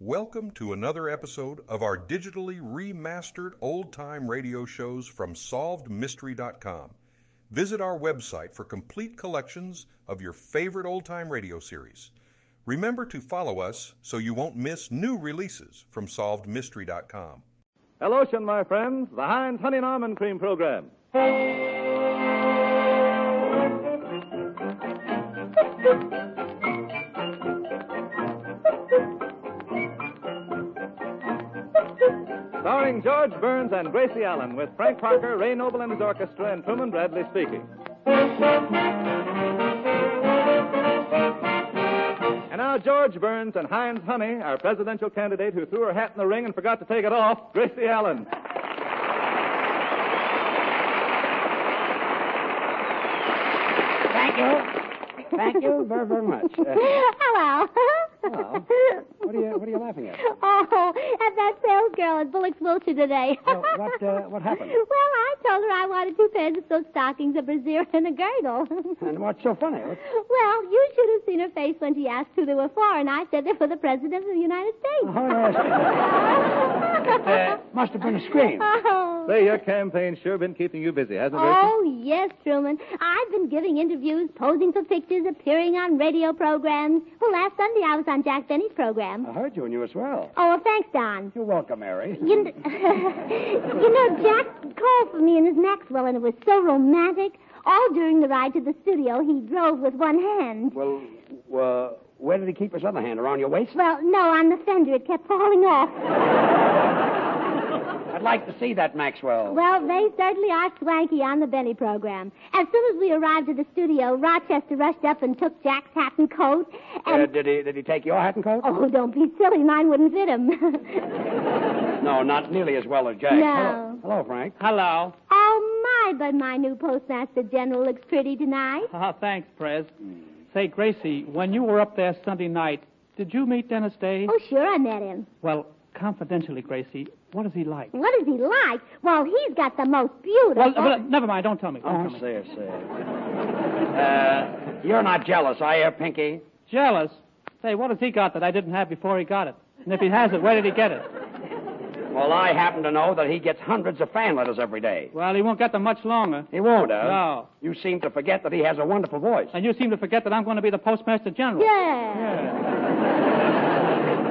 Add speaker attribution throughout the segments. Speaker 1: Welcome to another episode of our digitally remastered old time radio shows from SolvedMystery.com. Visit our website for complete collections of your favorite old time radio series. Remember to follow us so you won't miss new releases from SolvedMystery.com.
Speaker 2: Hello, Shin, my friends. The Heinz Honey and Almond Cream Program. Starring George Burns and Gracie Allen with Frank Parker, Ray Noble and his orchestra, and Truman Bradley speaking. And now George Burns and Heinz Honey, our presidential candidate who threw her hat in the ring and forgot to take it off, Gracie Allen.
Speaker 3: Thank you. Thank you very, very much. Uh,
Speaker 4: Hello.
Speaker 3: Hello. what, are you, what are you laughing at?
Speaker 4: Oh, at that salesgirl at Bullock's Vulture today.
Speaker 3: Well, what, uh, what happened?
Speaker 4: Well, I told her I wanted two pairs of silk stockings, a brassiere, and a girdle.
Speaker 3: And what's so funny? What-
Speaker 4: well, you should have seen her face when she asked who they were for, and I said they were the President of the United States.
Speaker 3: Oh, yes.
Speaker 4: Oh,
Speaker 3: uh, Must have been a scream.
Speaker 2: Say, your campaign's sure been keeping you busy, hasn't it, Gracie?
Speaker 4: Oh, yes, Truman. I've been giving interviews, posing for pictures, appearing on radio programs. Well, last Sunday I was on Jack Benny's program.
Speaker 3: I heard you and you as well.
Speaker 4: Oh, thanks, Don.
Speaker 3: You're welcome, Mary.
Speaker 4: You, kn- you know, Jack called for me in his Maxwell, and it was so romantic. All during the ride to the studio, he drove with one hand.
Speaker 3: Well, uh, where did he keep his other hand? Around your waist?
Speaker 4: Well, no, on the fender, it kept falling off.
Speaker 3: I'd like to see that, Maxwell.
Speaker 4: Well, they certainly are swanky on the Benny program. As soon as we arrived at the studio, Rochester rushed up and took Jack's hat and coat,
Speaker 3: Uh,
Speaker 4: and
Speaker 3: did he did he take your hat and coat?
Speaker 4: oh, don't be silly, mine wouldn't fit him.
Speaker 3: No, not nearly as well as Jack.
Speaker 4: No.
Speaker 3: Hello, Hello Frank.
Speaker 5: Hello.
Speaker 4: oh my, but my new postmaster general looks pretty tonight.
Speaker 5: Uh, thanks, Prez. Say, Gracie, when you were up there Sunday night, did you meet Dennis Day?
Speaker 4: Oh, sure, I met him.
Speaker 5: Well, confidentially, Gracie, what is he like?
Speaker 4: What is he like? Well, he's got the most beautiful.
Speaker 5: Well, well, never mind. Don't tell me. Don't tell me.
Speaker 3: say, say. Oh, Uh, you're not jealous, are you, Pinky?
Speaker 5: Jealous? Say, what has he got that I didn't have before he got it? And if he has it, where did he get it?
Speaker 3: Well, I happen to know that he gets hundreds of fan letters every day.
Speaker 5: Well, he won't get them much longer.
Speaker 3: He won't, huh?
Speaker 5: No.
Speaker 3: You seem to forget that he has a wonderful voice.
Speaker 5: And you seem to forget that I'm going to be the postmaster general.
Speaker 4: yeah.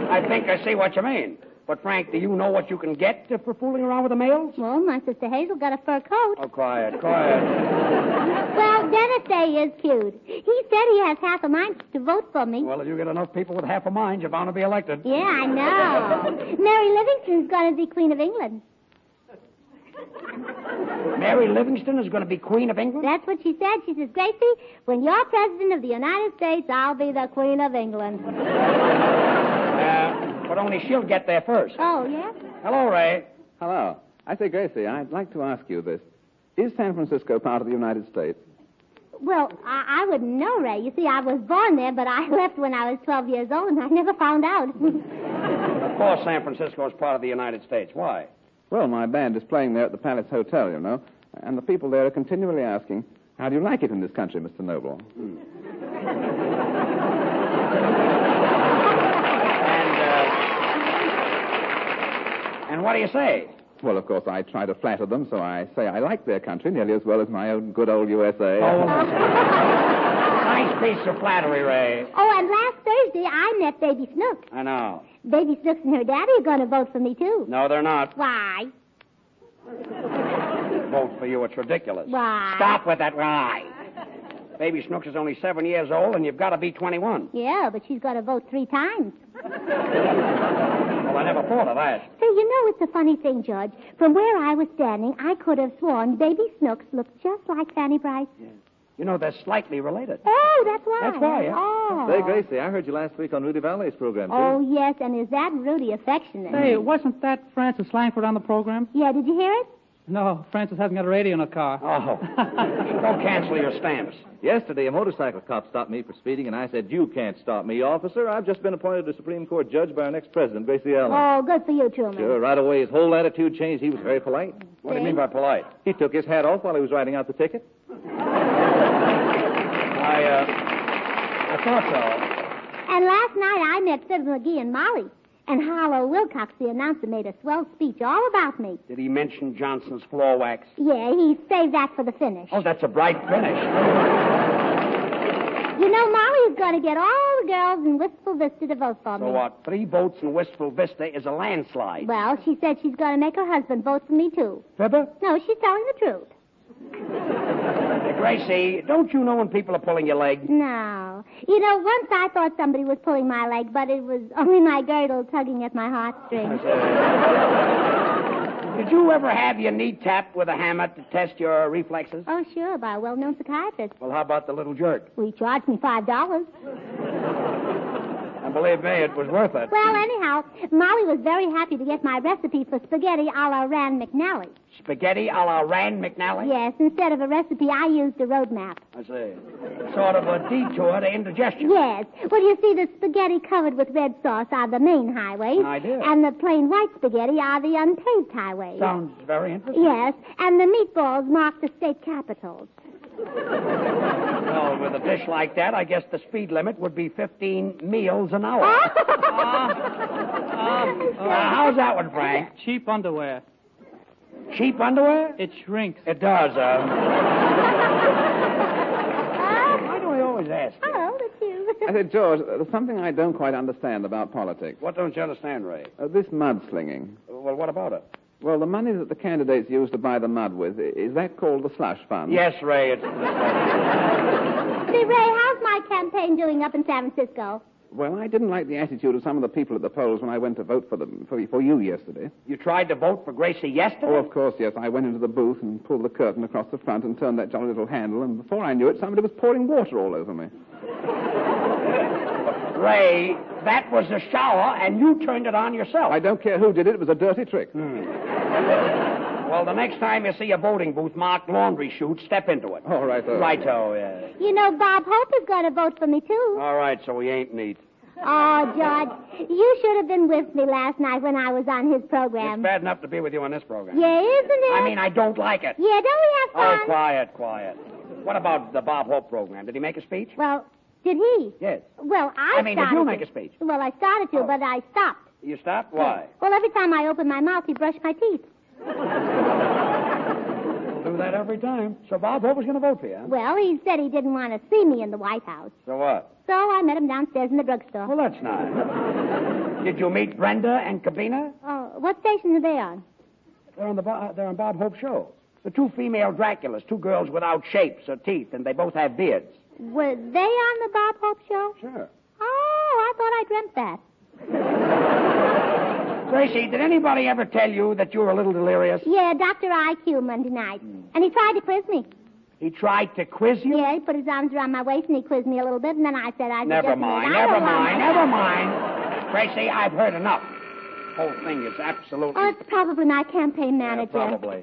Speaker 3: I think I see what you mean. But, Frank, do you know what you can get for fooling around with the mails?
Speaker 4: Well, my sister Hazel got a fur coat.
Speaker 3: Oh, quiet, quiet.
Speaker 4: Well, Dennis Day is cute. He said he has half a mind to vote for me.
Speaker 3: Well, if you get enough people with half a mind, you're bound to be elected.
Speaker 4: Yeah, I know. Mary Livingston's going to be Queen of England.
Speaker 3: Mary Livingston is going to be Queen of England?
Speaker 4: That's what she said. She says, Gracie, when you're President of the United States, I'll be the Queen of England.
Speaker 3: Uh, but only she'll get there first.
Speaker 4: Oh, yeah?
Speaker 3: Hello, Ray.
Speaker 6: Hello. I say, Gracie, I'd like to ask you this. Is San Francisco part of the United States?
Speaker 4: Well, I, I wouldn't know, Ray. You see, I was born there, but I left when I was 12 years old, and I never found out.
Speaker 3: Of course, San Francisco is part of the United States. Why?
Speaker 6: Well, my band is playing there at the Palace Hotel, you know, and the people there are continually asking, How do you like it in this country, Mr. Noble?
Speaker 3: And, uh, and what do you say?
Speaker 6: Well, of course, I try to flatter them, so I say I like their country nearly as well as my own good old USA.
Speaker 3: Nice piece of flattery, Ray.
Speaker 4: oh, and last Thursday, I met Baby Snooks.
Speaker 3: I know.
Speaker 4: Baby Snooks and her daddy are going to vote for me, too.
Speaker 3: No, they're not.
Speaker 4: Why?
Speaker 3: Vote for you. It's ridiculous.
Speaker 4: Why?
Speaker 3: Stop with that lie. Baby Snooks is only seven years old, and you've got to be 21.
Speaker 4: Yeah, but she's got to vote three times.
Speaker 3: Well, I never thought of that.
Speaker 4: Say, you know, it's a funny thing, George. From where I was standing, I could have sworn Baby Snooks looked just like Fanny Bryce.
Speaker 3: You know, they're slightly related.
Speaker 4: Oh, that's why.
Speaker 3: That's why, yeah.
Speaker 4: Oh.
Speaker 6: Say, Gracie, I heard you last week on Rudy Valley's program, too.
Speaker 4: Oh, yes, and is that really affectionate?
Speaker 5: Say, wasn't that Frances Langford on the program?
Speaker 4: Yeah, did you hear it?
Speaker 5: No, Frances hasn't got a radio in her car.
Speaker 3: Oh. Go cancel your stamps.
Speaker 6: Yesterday, a motorcycle cop stopped me for speeding, and I said, You can't stop me, officer. I've just been appointed a Supreme Court judge by our next president, Gracie Allen.
Speaker 4: Oh, good for you, Truman.
Speaker 6: Sure, right away his whole attitude changed. He was very polite.
Speaker 3: What do you mean by polite?
Speaker 6: He took his hat off while he was writing out the ticket.
Speaker 3: I, uh, I thought so.
Speaker 4: And last night I met Fibber McGee and Molly. And Harlow Wilcox, the announcer, made a swell speech all about me.
Speaker 3: Did he mention Johnson's floor wax?
Speaker 4: Yeah, he saved that for the finish.
Speaker 3: Oh, that's a bright finish.
Speaker 4: You know, Molly is going to get all the girls in Wistful Vista to vote for
Speaker 3: So
Speaker 4: me.
Speaker 3: what? Three votes in Wistful Vista is a landslide.
Speaker 4: Well, she said she's going to make her husband vote for me, too.
Speaker 3: Pepper?
Speaker 4: No, she's telling the truth.
Speaker 3: Gracie, don't you know when people are pulling your leg?
Speaker 4: No. You know, once I thought somebody was pulling my leg, but it was only my girdle tugging at my heartstrings.
Speaker 3: Did you ever have your knee tapped with a hammer to test your reflexes?
Speaker 4: Oh, sure, by a well-known psychiatrist.
Speaker 3: Well, how about the little jerk?
Speaker 4: Well, he charged me five dollars.
Speaker 3: And believe me, it was worth it.
Speaker 4: Well, anyhow, Molly was very happy to get my recipe for spaghetti a la Rand McNally.
Speaker 3: Spaghetti a la Rand McNally?
Speaker 4: Yes, instead of a recipe, I used a road map.
Speaker 3: I see. Sort of a detour to indigestion.
Speaker 4: Yes. Well, you see, the spaghetti covered with red sauce are the main highways.
Speaker 3: I do.
Speaker 4: And the plain white spaghetti are the unpaved highways.
Speaker 3: Sounds very interesting.
Speaker 4: Yes, and the meatballs mark the state capitals.
Speaker 3: Well, with a dish like that, I guess the speed limit would be 15 meals an hour. Ah, Now, how's that one, Frank?
Speaker 5: Cheap underwear.
Speaker 3: Cheap underwear?
Speaker 5: It shrinks.
Speaker 3: It does, uh. Why do I always ask?
Speaker 4: Uh, Hello, it's you.
Speaker 3: Uh,
Speaker 7: I said, George, there's something I don't quite understand about politics.
Speaker 3: What don't you understand, Ray?
Speaker 7: Uh, this mudslinging.
Speaker 3: Well, what about it?
Speaker 7: Well, the money that the candidates use to buy the mud with, i- is that called the slush fund?
Speaker 3: Yes, Ray, it's.
Speaker 4: Say, Ray, how's my campaign doing up in San Francisco?
Speaker 7: Well, I didn't like the attitude of some of the people at the polls when I went to vote for them, for, for you yesterday.
Speaker 3: You tried to vote for Gracie yesterday?
Speaker 7: Oh, of course, yes. I went into the booth and pulled the curtain across the front and turned that jolly little handle, and before I knew it, somebody was pouring water all over me.
Speaker 3: Ray, that was a shower, and you turned it on yourself.
Speaker 7: I don't care who did it, it was a dirty trick.
Speaker 3: Well, the next time you see a voting booth marked laundry chute, step into it.
Speaker 7: All right, uh,
Speaker 3: Righto, yeah.
Speaker 4: You know, Bob Hope is going to vote for me, too.
Speaker 3: All right, so we ain't neat.
Speaker 4: Oh, George, you should have been with me last night when I was on his
Speaker 3: It's
Speaker 4: program.
Speaker 3: bad enough to be with you on this program.
Speaker 4: Yeah, isn't it?
Speaker 3: I mean, I don't like it.
Speaker 4: yeah, don't we have
Speaker 3: Oh,
Speaker 4: fun?
Speaker 3: quiet, quiet. What about the Bob Hope program? Did he make a speech?
Speaker 4: Well, did he?
Speaker 3: Yes.
Speaker 4: Well, I,
Speaker 3: I mean, did
Speaker 4: started
Speaker 3: you
Speaker 4: to.
Speaker 3: make a speech?
Speaker 4: Well, I started to, but I stopped.
Speaker 3: You stopped? Why?
Speaker 4: Well, every time I opened my mouth, he brushed my teeth.
Speaker 3: We'll do that every time. So Bob Hope was going to vote for you. huh?
Speaker 4: Well, he said he didn't want to see me in the White House.
Speaker 3: So what?
Speaker 4: So I met him downstairs in the drugstore.
Speaker 3: Well, that's nice. Did you meet Brenda and Cabina?
Speaker 4: Oh, what station are they on?
Speaker 3: They're on the Bo- uh, they're on Bob Hope's show. The two female Draculas, two girls without shapes or teeth, and they both have beards.
Speaker 4: Were they on the Bob Hope show?
Speaker 3: Sure.
Speaker 4: Oh, I thought I dreamt that.
Speaker 3: Gracie, did anybody ever tell you that you were a little delirious?
Speaker 4: Yeah, Dr. IQ Monday night.
Speaker 3: Hmm.
Speaker 4: And he tried to quiz me.
Speaker 3: He tried to quiz you.
Speaker 4: Yeah, he put his arms around my waist and he quizzed me a little bit, and then I said I
Speaker 3: Never
Speaker 4: just
Speaker 3: mind,
Speaker 4: I
Speaker 3: never
Speaker 4: don't want
Speaker 3: mind,
Speaker 4: to.
Speaker 3: never mind. Gracie, I've heard enough. Whole thing is absolutely
Speaker 4: Oh, it's probably my campaign
Speaker 3: Yeah,
Speaker 4: manager.
Speaker 3: probably.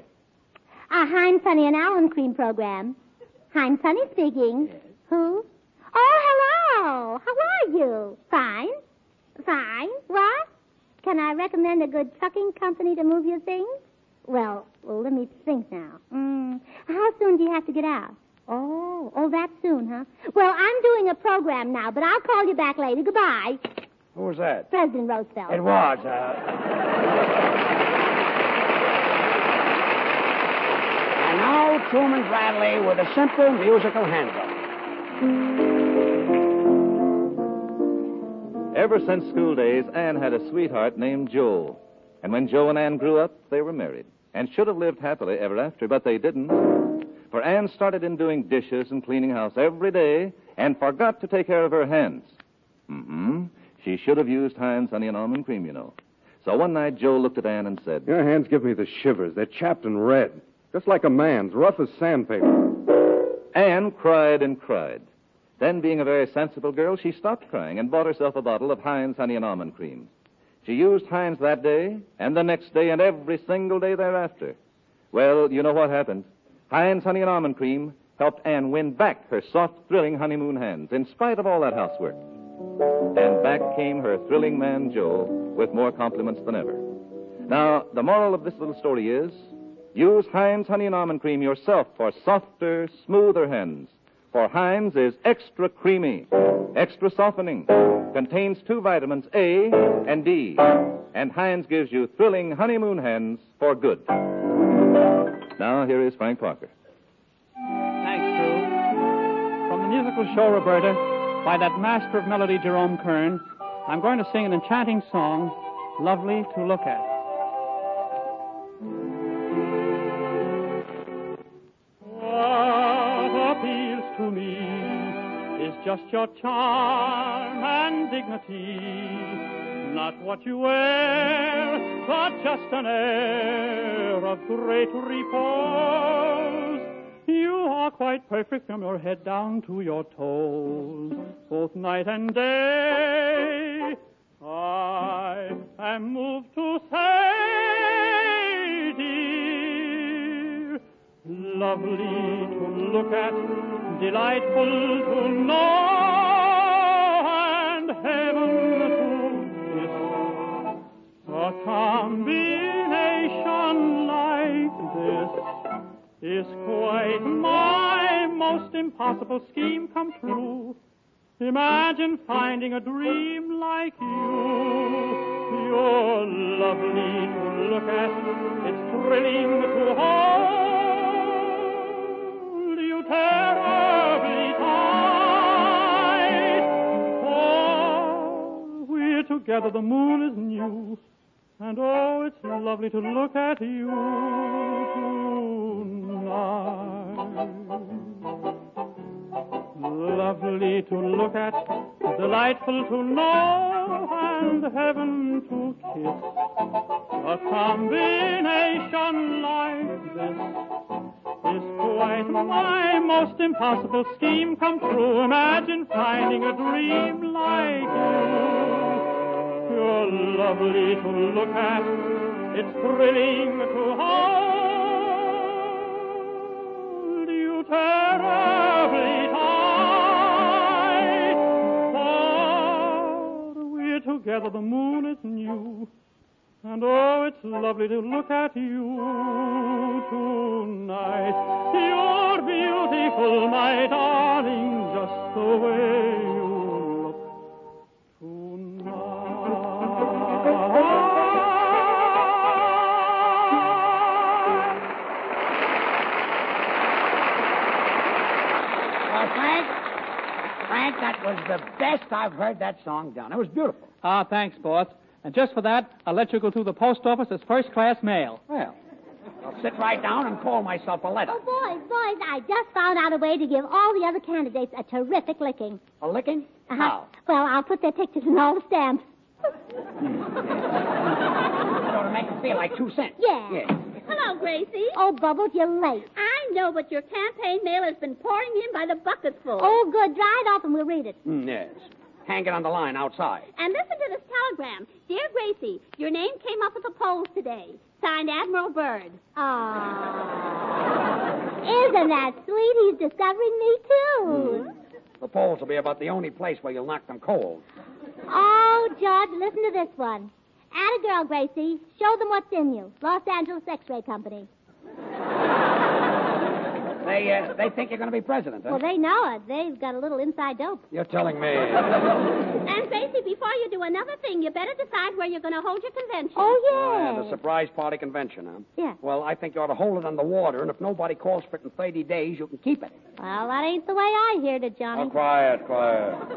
Speaker 4: A Heinz Honey and Allen Cream program. Heinz Honey speaking. Who? Oh, hello. How are you? Fine. Fine. What? Can I recommend a good trucking company to move your things? Well, let me think now. Mm, how soon do you have to get out? Oh, oh, that soon, huh? Well, I'm doing a program now, but I'll call you back later. Goodbye,
Speaker 3: Who was that?
Speaker 4: President Roosevelt.
Speaker 3: It was. Uh... and now Truman Bradley with a simple musical handoff.
Speaker 6: Ever since school days, Anne had a sweetheart named Joe. And when Joe and Anne grew up, they were married and should have lived happily ever after, but they didn't. For Anne started in doing dishes and cleaning house every day and forgot to take care of her hands. Mm-hmm. She should have used Heinz honey and almond cream, you know. So one night, Joe looked at Anne and said,
Speaker 8: Your hands give me the shivers. They're chapped and red, just like a man's, rough as sandpaper.
Speaker 6: Anne cried and cried. Then, being a very sensible girl, she stopped crying and bought herself a bottle of Heinz honey and almond cream. She used Heinz that day, and the next day, and every single day thereafter. Well, you know what happened. Heinz honey and almond cream helped Anne win back her soft, thrilling honeymoon hands, in spite of all that housework. And back came her thrilling man, Joe, with more compliments than ever. Now, the moral of this little story is use Heinz Honey and Almond Cream yourself for softer, smoother hands. For Heinz is extra creamy, extra softening, contains two vitamins A and D, and Heinz gives you thrilling honeymoon hands for good. Now, here is Frank Parker.
Speaker 5: Thanks, Drew. From the musical show Roberta, by that master of melody, Jerome Kern, I'm going to sing an enchanting song, Lovely to Look At. What appeals to me is just your charm and dignity. Not what you wear, but just an air of great repose. You are quite perfect from your head down to your toes, both night and day. I am moved to say, dear, lovely to look at, delightful to know, and heaven to kiss. A combination like this is quite my most impossible scheme come true. Imagine finding a dream like you. You're lovely to look at, it's thrilling to hold. You terribly tight. Oh, we're together, the moon is new. And oh, it's lovely to look at you tonight. Lovely to look at, delightful to know, and heaven to kiss. A combination like this is quite my most impossible scheme come true. Imagine finding a dream like you. You're lovely to look at, it's thrilling to hold you terribly tight. For we're together, the moon is new. And oh, it's lovely to look at you tonight. You're beautiful, my darling, just the way you look tonight.
Speaker 3: Well, Frank, Frank, that was the best I've heard that song done. It was beautiful.
Speaker 5: Ah, thanks, boss. And just for that, I'll let you go through the post office as first class mail.
Speaker 3: Well, I'll sit right down and call myself a letter.
Speaker 4: Oh, boys, boys, I just found out a way to give all the other candidates a terrific licking.
Speaker 3: A licking?
Speaker 4: Uh-huh.
Speaker 3: How?
Speaker 4: Well, I'll put their pictures in all the stamps.
Speaker 3: So to make them feel like two cents.
Speaker 4: Yeah.
Speaker 3: Yeah.
Speaker 9: Hello, Gracie.
Speaker 4: Oh, Bubbles, you're late.
Speaker 9: I know, but your campaign mail has been pouring in by the bucketful.
Speaker 4: Oh, good. Dry it off and we'll read it.
Speaker 3: Mm, yes. Hang it on the line outside.
Speaker 9: and listen to this telegram. Dear Gracie, your name came up at the polls today. Signed Admiral Byrd.
Speaker 4: Aw. Isn't that sweet? He's discovering me, too.
Speaker 9: Mm-hmm.
Speaker 3: The polls will be about the only place where you'll knock them cold.
Speaker 4: Oh, George, listen to this one. Add a girl, Gracie. Show them what's in you. Los Angeles X-Ray Company.
Speaker 3: They uh, they think you're going to be president, huh?
Speaker 4: Well, they know it. They've got a little inside dope.
Speaker 3: You're telling me.
Speaker 9: And Gracie, before you do another thing, you better decide where you're going to hold your convention.
Speaker 4: Oh,
Speaker 3: Yeah,
Speaker 4: yeah.
Speaker 3: the surprise party convention, huh?
Speaker 4: Yeah.
Speaker 3: Well, I think you ought to hold it on the water, and if nobody calls for it in 30 days, you can keep it.
Speaker 4: Well, that ain't the way I hear it, Johnny.
Speaker 3: quiet, quiet. Uh,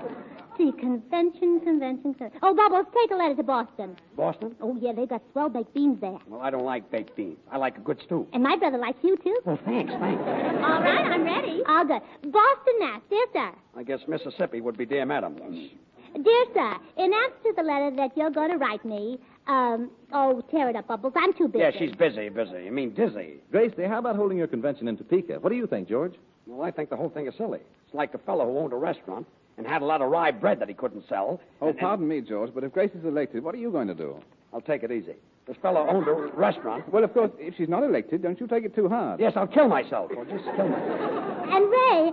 Speaker 4: See, convention, convention, convention. Oh, Bubbles, take a letter to Boston.
Speaker 3: Boston?
Speaker 4: Oh, yeah, they got swell baked beans there.
Speaker 3: Well, I don't like baked beans. I like a good stew.
Speaker 4: And my brother likes you, too.
Speaker 3: Well, thanks, thanks.
Speaker 9: All right, I'm ready.
Speaker 4: All good. Boston now, dear sir.
Speaker 3: I guess Mississippi would be dear madam.
Speaker 4: Dear sir, in answer to the letter that you're going to write me, um, oh, tear it up, Bubbles. I'm too busy.
Speaker 3: Yeah, she's busy, busy. You mean dizzy.
Speaker 6: Gracie, how about holding your convention in Topeka? What do you think, George?
Speaker 3: Well, I think the whole thing is silly. It's like the fellow who owned a restaurant and had a lot of rye bread that he couldn't sell.
Speaker 7: Oh,
Speaker 3: and- and-
Speaker 7: pardon me, George, but if Grace is elected, what are you going to do?
Speaker 3: I'll take it easy. This fellow owned a restaurant.
Speaker 7: Well, of course, if she's not elected, don't you take it too hard.
Speaker 3: Yes, I'll kill myself. I'll just kill myself.
Speaker 4: And Ray, I-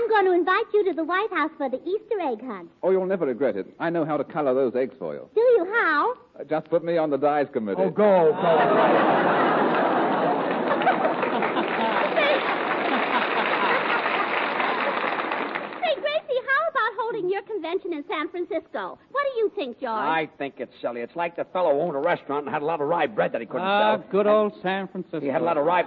Speaker 4: I'm going to invite you to the White House for the Easter egg hunt.
Speaker 7: Oh, you'll never regret it. I know how to color those eggs for you.
Speaker 4: Do you? How?
Speaker 7: Uh, Just put me on the dies committee.
Speaker 3: Oh, go, go.
Speaker 9: station in San Francisco. What do you think, George?
Speaker 3: I think it's silly. It's like the fellow owned a restaurant and had a lot of rye bread that he couldn't
Speaker 10: Ah,
Speaker 3: sell.
Speaker 10: good old San Francisco.
Speaker 3: He had a lot of rye.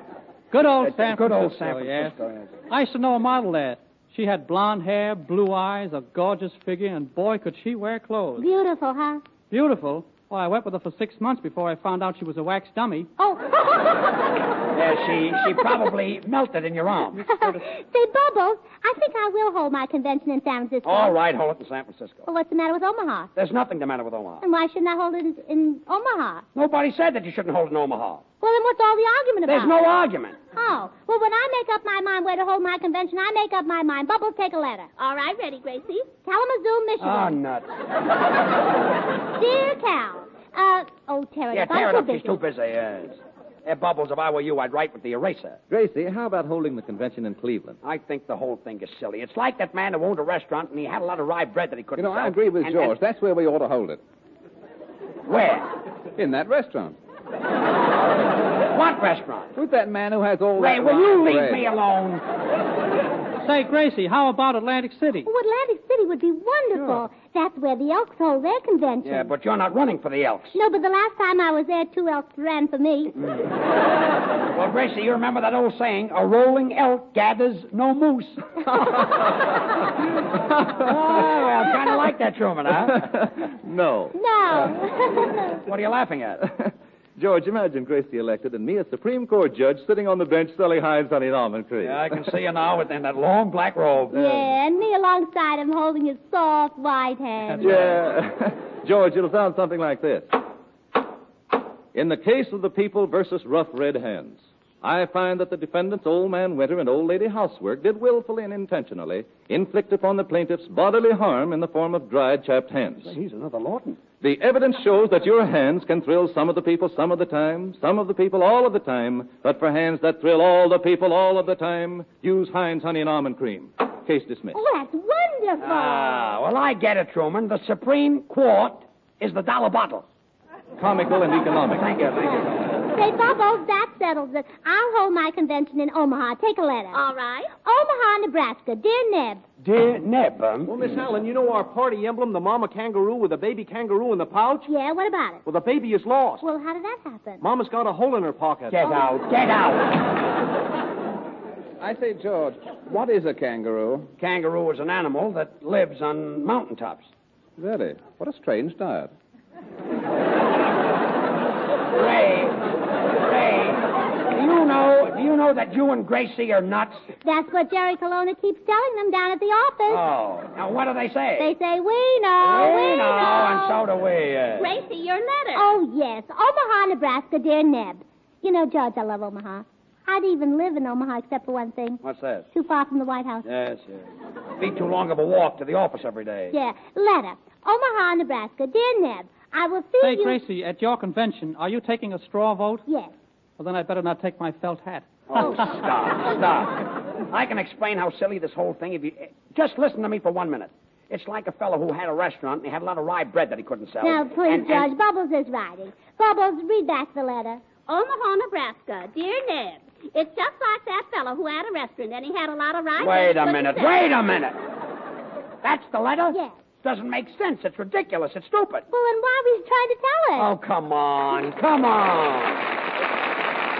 Speaker 10: Good old
Speaker 3: It's
Speaker 10: San
Speaker 3: good old
Speaker 10: Francisco.
Speaker 3: San
Speaker 10: yes.
Speaker 3: Francisco, yes.
Speaker 10: I used to know a model there. She had blonde hair, blue eyes, a gorgeous figure, and boy, could she wear clothes.
Speaker 4: Beautiful, huh?
Speaker 10: Beautiful. Well, I went with her for six months before I found out she was a wax dummy.
Speaker 4: Oh.
Speaker 3: Yeah, she she probably melted in your arm.
Speaker 4: Say, Bubbles, I think I will hold my convention in San Francisco.
Speaker 3: All right, hold it in San Francisco.
Speaker 4: Well, what's the matter with Omaha?
Speaker 3: There's nothing the matter with Omaha.
Speaker 4: And why shouldn't I hold it in, in Omaha?
Speaker 3: Nobody said that you shouldn't hold it in Omaha.
Speaker 4: Well, then what's all the argument
Speaker 3: There's
Speaker 4: about?
Speaker 3: no argument.
Speaker 4: Oh, well, when I make up my mind where to hold my convention, I make up my mind. Bubbles, take a letter.
Speaker 9: All right, ready, Gracie.
Speaker 4: Kalamazoo,
Speaker 10: Ah,
Speaker 3: Oh,
Speaker 4: Michigan.
Speaker 3: nuts.
Speaker 4: Dear Cal. Uh, oh, tear it
Speaker 3: Yeah,
Speaker 4: up.
Speaker 3: tear
Speaker 4: I'm
Speaker 3: it
Speaker 4: so
Speaker 3: up. She's
Speaker 4: busy.
Speaker 3: too busy. Yes. Hey, Bubbles, if I were you, I'd write with the eraser.
Speaker 6: Gracie, how about holding the convention in Cleveland?
Speaker 3: I think the whole thing is silly. It's like that man who owned a restaurant and he had a lot of rye bread that he
Speaker 7: You
Speaker 3: couldn't
Speaker 7: know,
Speaker 3: sell.
Speaker 7: I agree with
Speaker 3: And-
Speaker 7: George. That's where we ought to hold it.
Speaker 3: and- where?
Speaker 7: In that restaurant.
Speaker 3: What restaurant?
Speaker 7: With that man who has all
Speaker 3: Ray,
Speaker 7: that
Speaker 3: will you
Speaker 7: rye
Speaker 3: leave
Speaker 7: bread.
Speaker 3: me alone?
Speaker 10: Say, Gracie, how about Atlantic City?
Speaker 4: Oh, Atlantic City would be wonderful. That's where the Elks hold their convention.
Speaker 3: Yeah, but you're not running for the Elks.
Speaker 4: No, but the last time I was there, two Elks ran for me.
Speaker 3: Mm. Well, Gracie, you remember that old saying, a rolling elk gathers no moose. oh, well, kind of like that, Truman, huh?
Speaker 6: No.
Speaker 4: No.
Speaker 3: What are you laughing at?
Speaker 6: George, imagine Gracie elected and me, a Supreme Court judge, sitting on the bench selling Heinz honey and almond cream.
Speaker 3: Yeah, I can see you now within that long black robe.
Speaker 4: yeah, and me alongside him holding his soft, white hand.
Speaker 6: Yeah. George, it'll sound something like this. In the case of the people versus rough red hands, I find that the defendants, old man Winter and old lady Housework, did willfully and intentionally inflict upon the plaintiffs bodily harm in the form of dried, chapped hands.
Speaker 3: He's another Lawton.
Speaker 6: The evidence shows that your hands can thrill some of the people some of the time, some of the people all of the time, but for hands that thrill all the people all of the time, use Heinz honey and almond cream. Case dismissed.
Speaker 4: Oh, that's wonderful.
Speaker 3: Ah, well, I get it, Truman. The Supreme Court is the dollar bottle.
Speaker 6: Comical and economic.
Speaker 3: Thank you, thank you.
Speaker 4: Say, Bubbles, that settles it. I'll hold my convention in Omaha. Take a letter.
Speaker 9: All right.
Speaker 4: Omaha, Nebraska. Dear Neb.
Speaker 3: Dear Neb, um,
Speaker 11: Well, Miss Allen, you know our party emblem, the mama kangaroo with the baby kangaroo in the pouch?
Speaker 4: Yeah, what about it?
Speaker 11: Well, the baby is lost.
Speaker 4: Well, how did that happen?
Speaker 11: Mama's got a hole in her pocket.
Speaker 3: get out, get out.
Speaker 7: I say, George, what is a kangaroo?
Speaker 3: Kangaroo is an animal that lives on mountaintops.
Speaker 7: Really? What a strange diet.
Speaker 3: Ray, Ray, do you know, do you know that you and Gracie are nuts?
Speaker 4: That's what Jerry Colonna keeps telling them down at the office.
Speaker 3: Oh, now what do they say?
Speaker 4: They say, we know, we,
Speaker 3: we know, and so do we. uh,
Speaker 9: Gracie, your letter.
Speaker 4: Oh, yes. Omaha, Nebraska. Dear Neb. You know, George, I love Omaha. I'd even live in Omaha except for one thing.
Speaker 3: What's that?
Speaker 4: Too far from the White House.
Speaker 3: Yes, yes. Be too long of a walk to the office every day.
Speaker 4: Yeah. Letter. Omaha, Nebraska. Dear Neb. I will see
Speaker 10: Say,
Speaker 4: you.
Speaker 10: Gracie, at your convention, are you taking a straw vote?
Speaker 4: Yes.
Speaker 10: Well, then I'd better not take my felt hat.
Speaker 3: Oh, stop, stop. I can explain how silly this whole thing if you just listen to me for one minute. It's like a fellow who had a restaurant and he had a lot of rye bread that he couldn't sell.
Speaker 4: Now, please,
Speaker 3: And-
Speaker 4: George.
Speaker 3: and-
Speaker 4: Bubbles is writing. Bubbles, read back the letter.
Speaker 9: Omaha, Nebraska. Dear Ned, it's just like that fellow who had a restaurant and he had a lot of rice.
Speaker 3: wait a
Speaker 9: Look at
Speaker 3: minute.
Speaker 9: that.
Speaker 3: Wait a minute. That's the letter?
Speaker 4: Yes.
Speaker 3: Doesn't make sense. It's ridiculous. It's stupid.
Speaker 4: Well, then why were you trying to tell us?
Speaker 3: Oh, come on. Come on.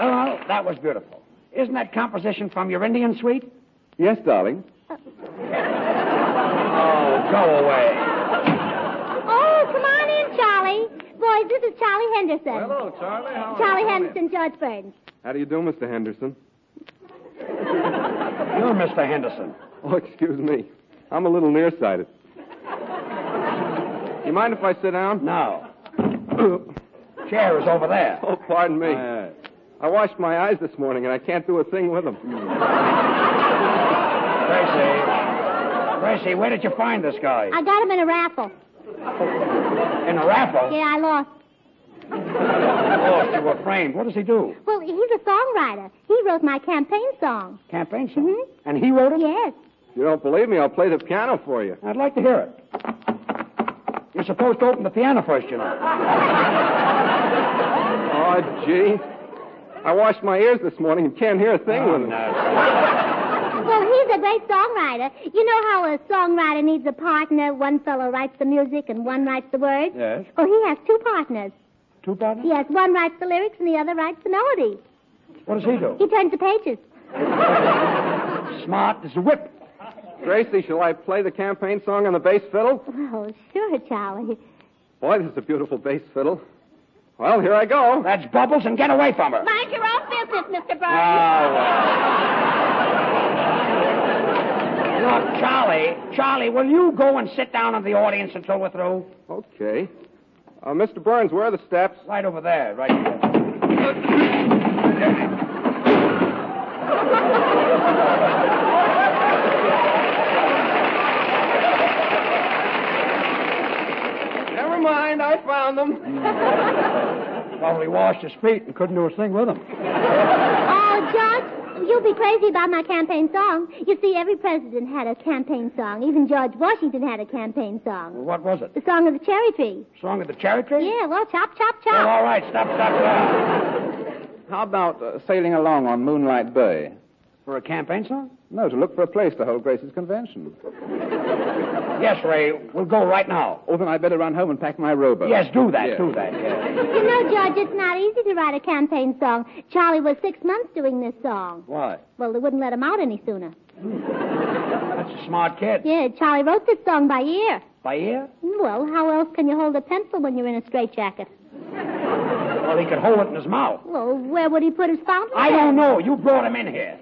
Speaker 3: Oh, that was beautiful. Isn't that composition from your Indian suite?
Speaker 6: Yes, darling.
Speaker 3: Oh, go away.
Speaker 4: Oh, come on in, Charlie. Boys, this is Charlie Henderson. Hello,
Speaker 6: Charlie.
Speaker 7: How
Speaker 3: oh,
Speaker 7: are
Speaker 4: Charlie
Speaker 7: you?
Speaker 4: Henderson, George Burns.
Speaker 7: How do you do, Mr. Henderson?
Speaker 3: You're Mr. Henderson.
Speaker 7: Oh, excuse me. I'm a little nearsighted. You mind if I sit down?
Speaker 3: No. Chair is over there.
Speaker 7: Oh, pardon me. I washed my eyes this morning and I can't do a thing with them.
Speaker 3: Gracie, where did you find this guy?
Speaker 4: I got him in a raffle.
Speaker 3: In a raffle?
Speaker 4: Yeah, I lost.
Speaker 3: Oh, you were framed. What does he do?
Speaker 4: Well, he's a songwriter. He wrote my campaign song.
Speaker 3: Campaign song? And he wrote it?
Speaker 4: Yes.
Speaker 7: You don't believe me? I'll play the piano for you.
Speaker 3: I'd like to hear it. You're supposed to open the piano first, you know.
Speaker 7: Oh, gee. I washed my ears this morning and can't hear a thing
Speaker 6: Oh,
Speaker 7: with them.
Speaker 4: Well, he's a great songwriter. You know how a songwriter needs a partner? One fellow writes the music and one writes the words?
Speaker 3: Yes.
Speaker 4: Oh, he has two partners.
Speaker 3: Two partners?
Speaker 4: Yes, one writes the lyrics and the other writes the melody.
Speaker 3: What does he do?
Speaker 4: He turns the pages.
Speaker 3: Smart as a whip.
Speaker 7: Gracie, shall I play the campaign song on the bass fiddle?
Speaker 4: Oh, sure, Charlie.
Speaker 7: Boy, this is a beautiful bass fiddle. Well, here I go.
Speaker 3: That's Bubbles, and get away from her.
Speaker 12: Mind your own business, Mr. Burns.
Speaker 3: Uh. Look, Charlie, Charlie, will you go and sit down in the audience until we're through?
Speaker 7: Okay. Uh, Mr. Burns, where are the steps?
Speaker 3: Right over there, right here.
Speaker 7: Never mind, I found them.
Speaker 3: Probably washed his feet and couldn't do a thing with him.
Speaker 4: Oh, George, you'll be crazy about my campaign song. You see, every president had a campaign song. Even George Washington had a campaign song.
Speaker 3: What was it?
Speaker 4: The song of the cherry tree.
Speaker 3: Song of the Cherry Tree?
Speaker 4: Yeah, well, chop, chop,
Speaker 3: Well,
Speaker 4: chop.
Speaker 3: all right, stop, stop, stop.
Speaker 6: How about uh, sailing along on Moonlight Bay?
Speaker 3: For a campaign song?
Speaker 6: No, to look for a place to hold Grace's convention.
Speaker 3: Yes, Ray, we'll go right now.
Speaker 6: Oh, then I'd better run home and pack my rowboat.
Speaker 3: Yes, do that,
Speaker 6: Yeah.
Speaker 3: do that. yeah.
Speaker 4: You know, George, it's not easy to write a campaign song. Charlie was six months doing this song.
Speaker 3: Why?
Speaker 4: Well, they wouldn't let him out any sooner.
Speaker 3: That's a smart kid.
Speaker 4: Yeah, Charlie wrote this song by ear.
Speaker 3: By ear?
Speaker 4: Well, how else can you hold a pencil when you're in a straitjacket?
Speaker 3: Well, he could hold it in his mouth.
Speaker 4: Well, where would he put his fountain
Speaker 3: I
Speaker 4: pen?
Speaker 3: don't know. You brought him in here.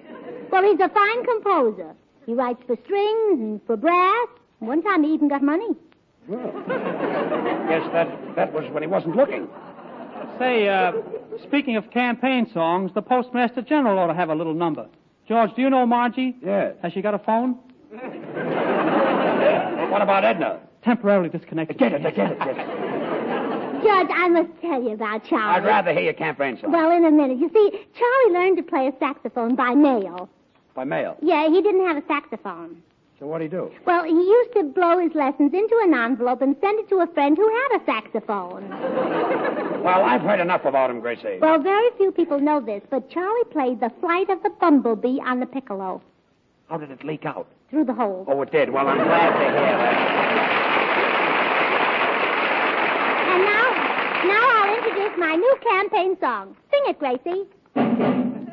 Speaker 4: Well, he's a fine composer. He writes for strings and for brass. One time he even got money.
Speaker 3: Yes, that, that was when he wasn't looking.
Speaker 5: Say, uh, speaking of campaign songs, the Postmaster General ought to have a little number. George, do you know Margie?
Speaker 3: Yes.
Speaker 5: Has she got a phone?
Speaker 3: What about Edna?
Speaker 5: Temporarily disconnected.
Speaker 3: Get it, get it, get it.
Speaker 4: Judge, I must tell you about Charlie.
Speaker 3: I'd rather hear your campaign song.
Speaker 4: Well, in a minute. You see, Charlie learned to play a saxophone by mail.
Speaker 3: By mail.
Speaker 4: Yeah, he didn't have a saxophone.
Speaker 3: So what'd he do?
Speaker 4: Well, he used to blow his lessons into an envelope and send it to a friend who had a saxophone.
Speaker 3: Well, I've heard enough about him, Gracie.
Speaker 4: Well, very few people know this, but Charlie played the flight of the bumblebee on the piccolo
Speaker 3: How did it leak out?
Speaker 4: through the hole.
Speaker 3: Oh, it did. Well, I'm glad to hear that.
Speaker 4: And now, now I'll introduce my new campaign song. Sing it, Gracie.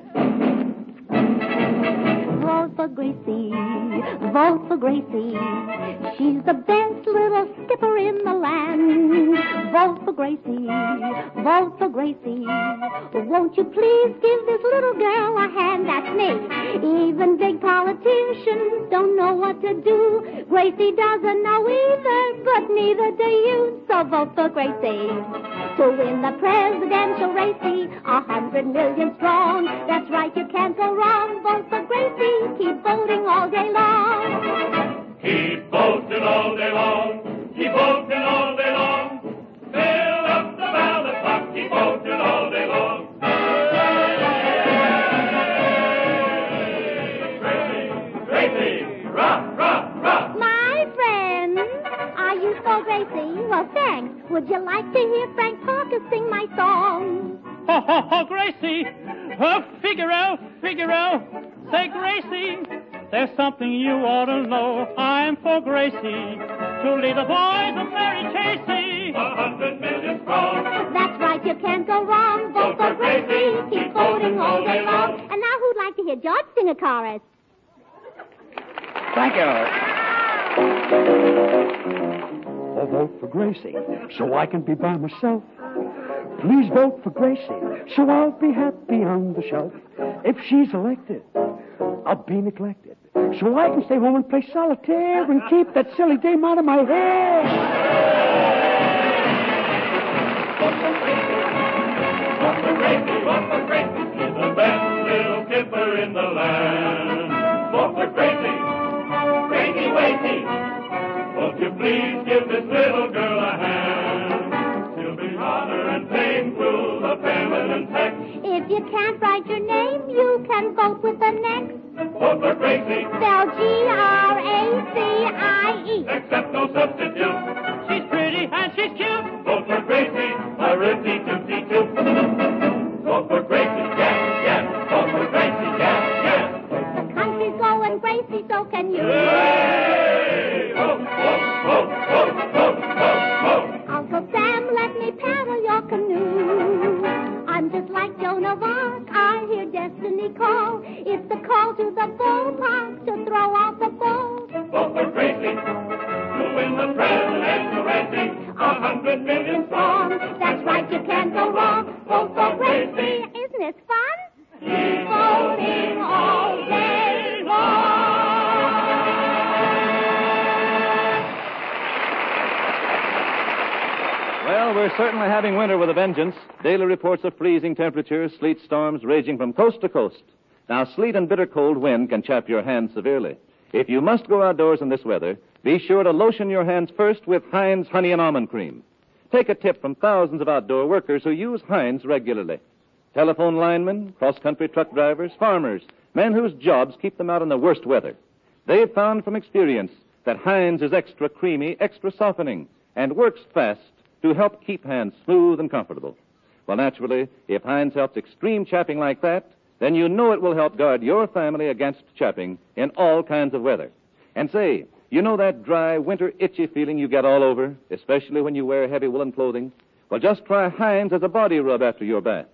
Speaker 4: Vote for Gracie, vote for Gracie. She's the best little skipper in the land. Vote for Gracie, vote for Gracie. Won't you please give this little girl a hand? That's me. Even big politicians don't know what to do. Gracie doesn't know either, but neither do you. So vote for Gracie. To win the presidential race, a hundred million strong. That's right, you can't go wrong. Vote for Gracie. Keep voting all day long.
Speaker 10: Keep voting all day long. Keep voting all day long. Fill up the ballot box. Keep voting all day long. Crazy, crazy, rock, rock, rock.
Speaker 4: My friends, are you so Gracie? Well, thanks. Would you like to hear Frank Parker sing my song?
Speaker 5: Ho, ho, ho, Gracie! Oh, Figaro, Figaro! Say, Gracie, there's something you ought to know. I'm for Gracie, to lead the boys of Mary Chasey.
Speaker 10: A hundred million strong.
Speaker 4: That's right, You can't go wrong. Vote for Gracie. Keep voting all day long. And now who'd like to hear George sing a chorus?
Speaker 3: Thank you.
Speaker 13: I'll vote for Gracie so I can be by myself. Please vote for Gracie so I'll be happy on the shelf. If she's elected, I'll be neglected. So I can stay home and play solitaire and keep that silly dame out of my hair.
Speaker 10: little kipper in the land. Vote for Crazy, Crazy Wazy. Won't you please give this little girl a hand? She'll be honor and fame through the feminine sex.
Speaker 4: If you can't write your name, you can vote with the next.
Speaker 10: Vote for Crazy,
Speaker 4: Spell G R A C I E.
Speaker 10: accept no substitute. She's pretty and she's cute. Vote for Crazy, I repeat, you see too. Vote for Crazy, yes, yes. Vote for Crazy, yes, yes.
Speaker 4: The country's going crazy, so can you. Uncle Sam, let me paddle your canoe. I'm just like Joan of Arc. I hear destiny call. It's the call to the ballpark to throw out the ball.
Speaker 10: Vote for Crazy, to win the presidential race. A hundred million songs.
Speaker 4: That's right, you can't go wrong. Vote for Gracie. Isn't it fun? voting all day
Speaker 6: Well, we're certainly having winter with a vengeance. Daily reports of freezing temperatures, sleet storms raging from coast to coast. Now, sleet and bitter cold wind can chap your hands severely. If you must go outdoors in this weather, be sure to lotion your hands first with Heinz Honey and Almond Cream. Take a tip from thousands of outdoor workers who use Heinz regularly. Telephone linemen, cross-country truck drivers, farmers, men whose jobs keep them out in the worst weather. They've found from experience that Heinz is extra creamy, extra softening, and works fast to help keep hands smooth and comfortable. Well, naturally, if Heinz helps extreme chapping like that, then you know it will help guard your family against chapping in all kinds of weather. And say, you know that dry, winter, itchy feeling you get all over, especially when you wear heavy woolen clothing? Well, just try Heinz as a body rub after your bath.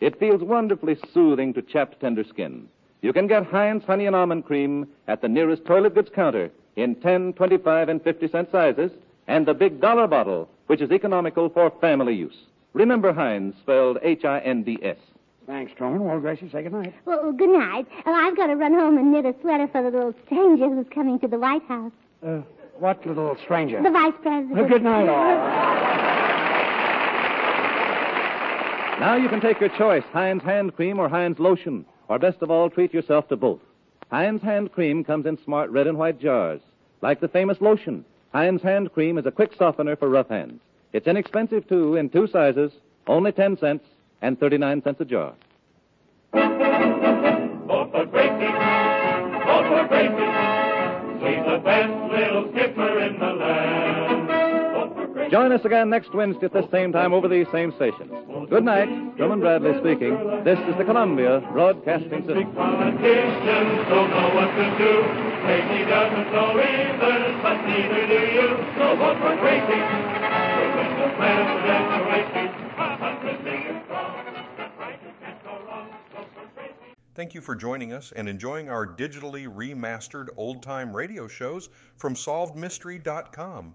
Speaker 6: It feels wonderfully soothing to chapped, tender skin. You can get Heinz Honey and Almond Cream at the nearest toilet goods counter in 10, 25, and 50 cent sizes, and the big dollar bottle, which is economical for family use. Remember Heinz, spelled H-I-N-D-S.
Speaker 13: Thanks, Truman. Well, Gracie, say goodnight.
Speaker 4: Well, good night. Oh, I've got to run home and knit a sweater for the little stranger who's coming to the White House.
Speaker 13: Uh, what little stranger?
Speaker 4: The vice president.
Speaker 13: Well, good night, all.
Speaker 6: Now you can take your choice, Heinz hand cream or Heinz lotion, or best of all, treat yourself to both. Heinz hand cream comes in smart red and white jars. Like the famous lotion, Heinz hand cream is a quick softener for rough hands. It's inexpensive too, in two sizes, only 10 cents and 39 cents a jar.
Speaker 10: Vote for Gracie. Vote for Gracie. She's the best little skipper in the land. Vote for Gracie.
Speaker 6: Join us again next Wednesday at this same time over these same stations. Good night. Truman Bradley speaking. This is the Columbia Broadcasting System.
Speaker 10: Politicians don't know what to do. Gracie doesn't know either, but neither do you. So vote for Gracie. To win the presidential race. A hundred million strong. That's right, you can't go wrong. Vote for Gracie.
Speaker 1: Thank you for joining us and enjoying our digitally remastered old time radio shows from SolvedMystery.com.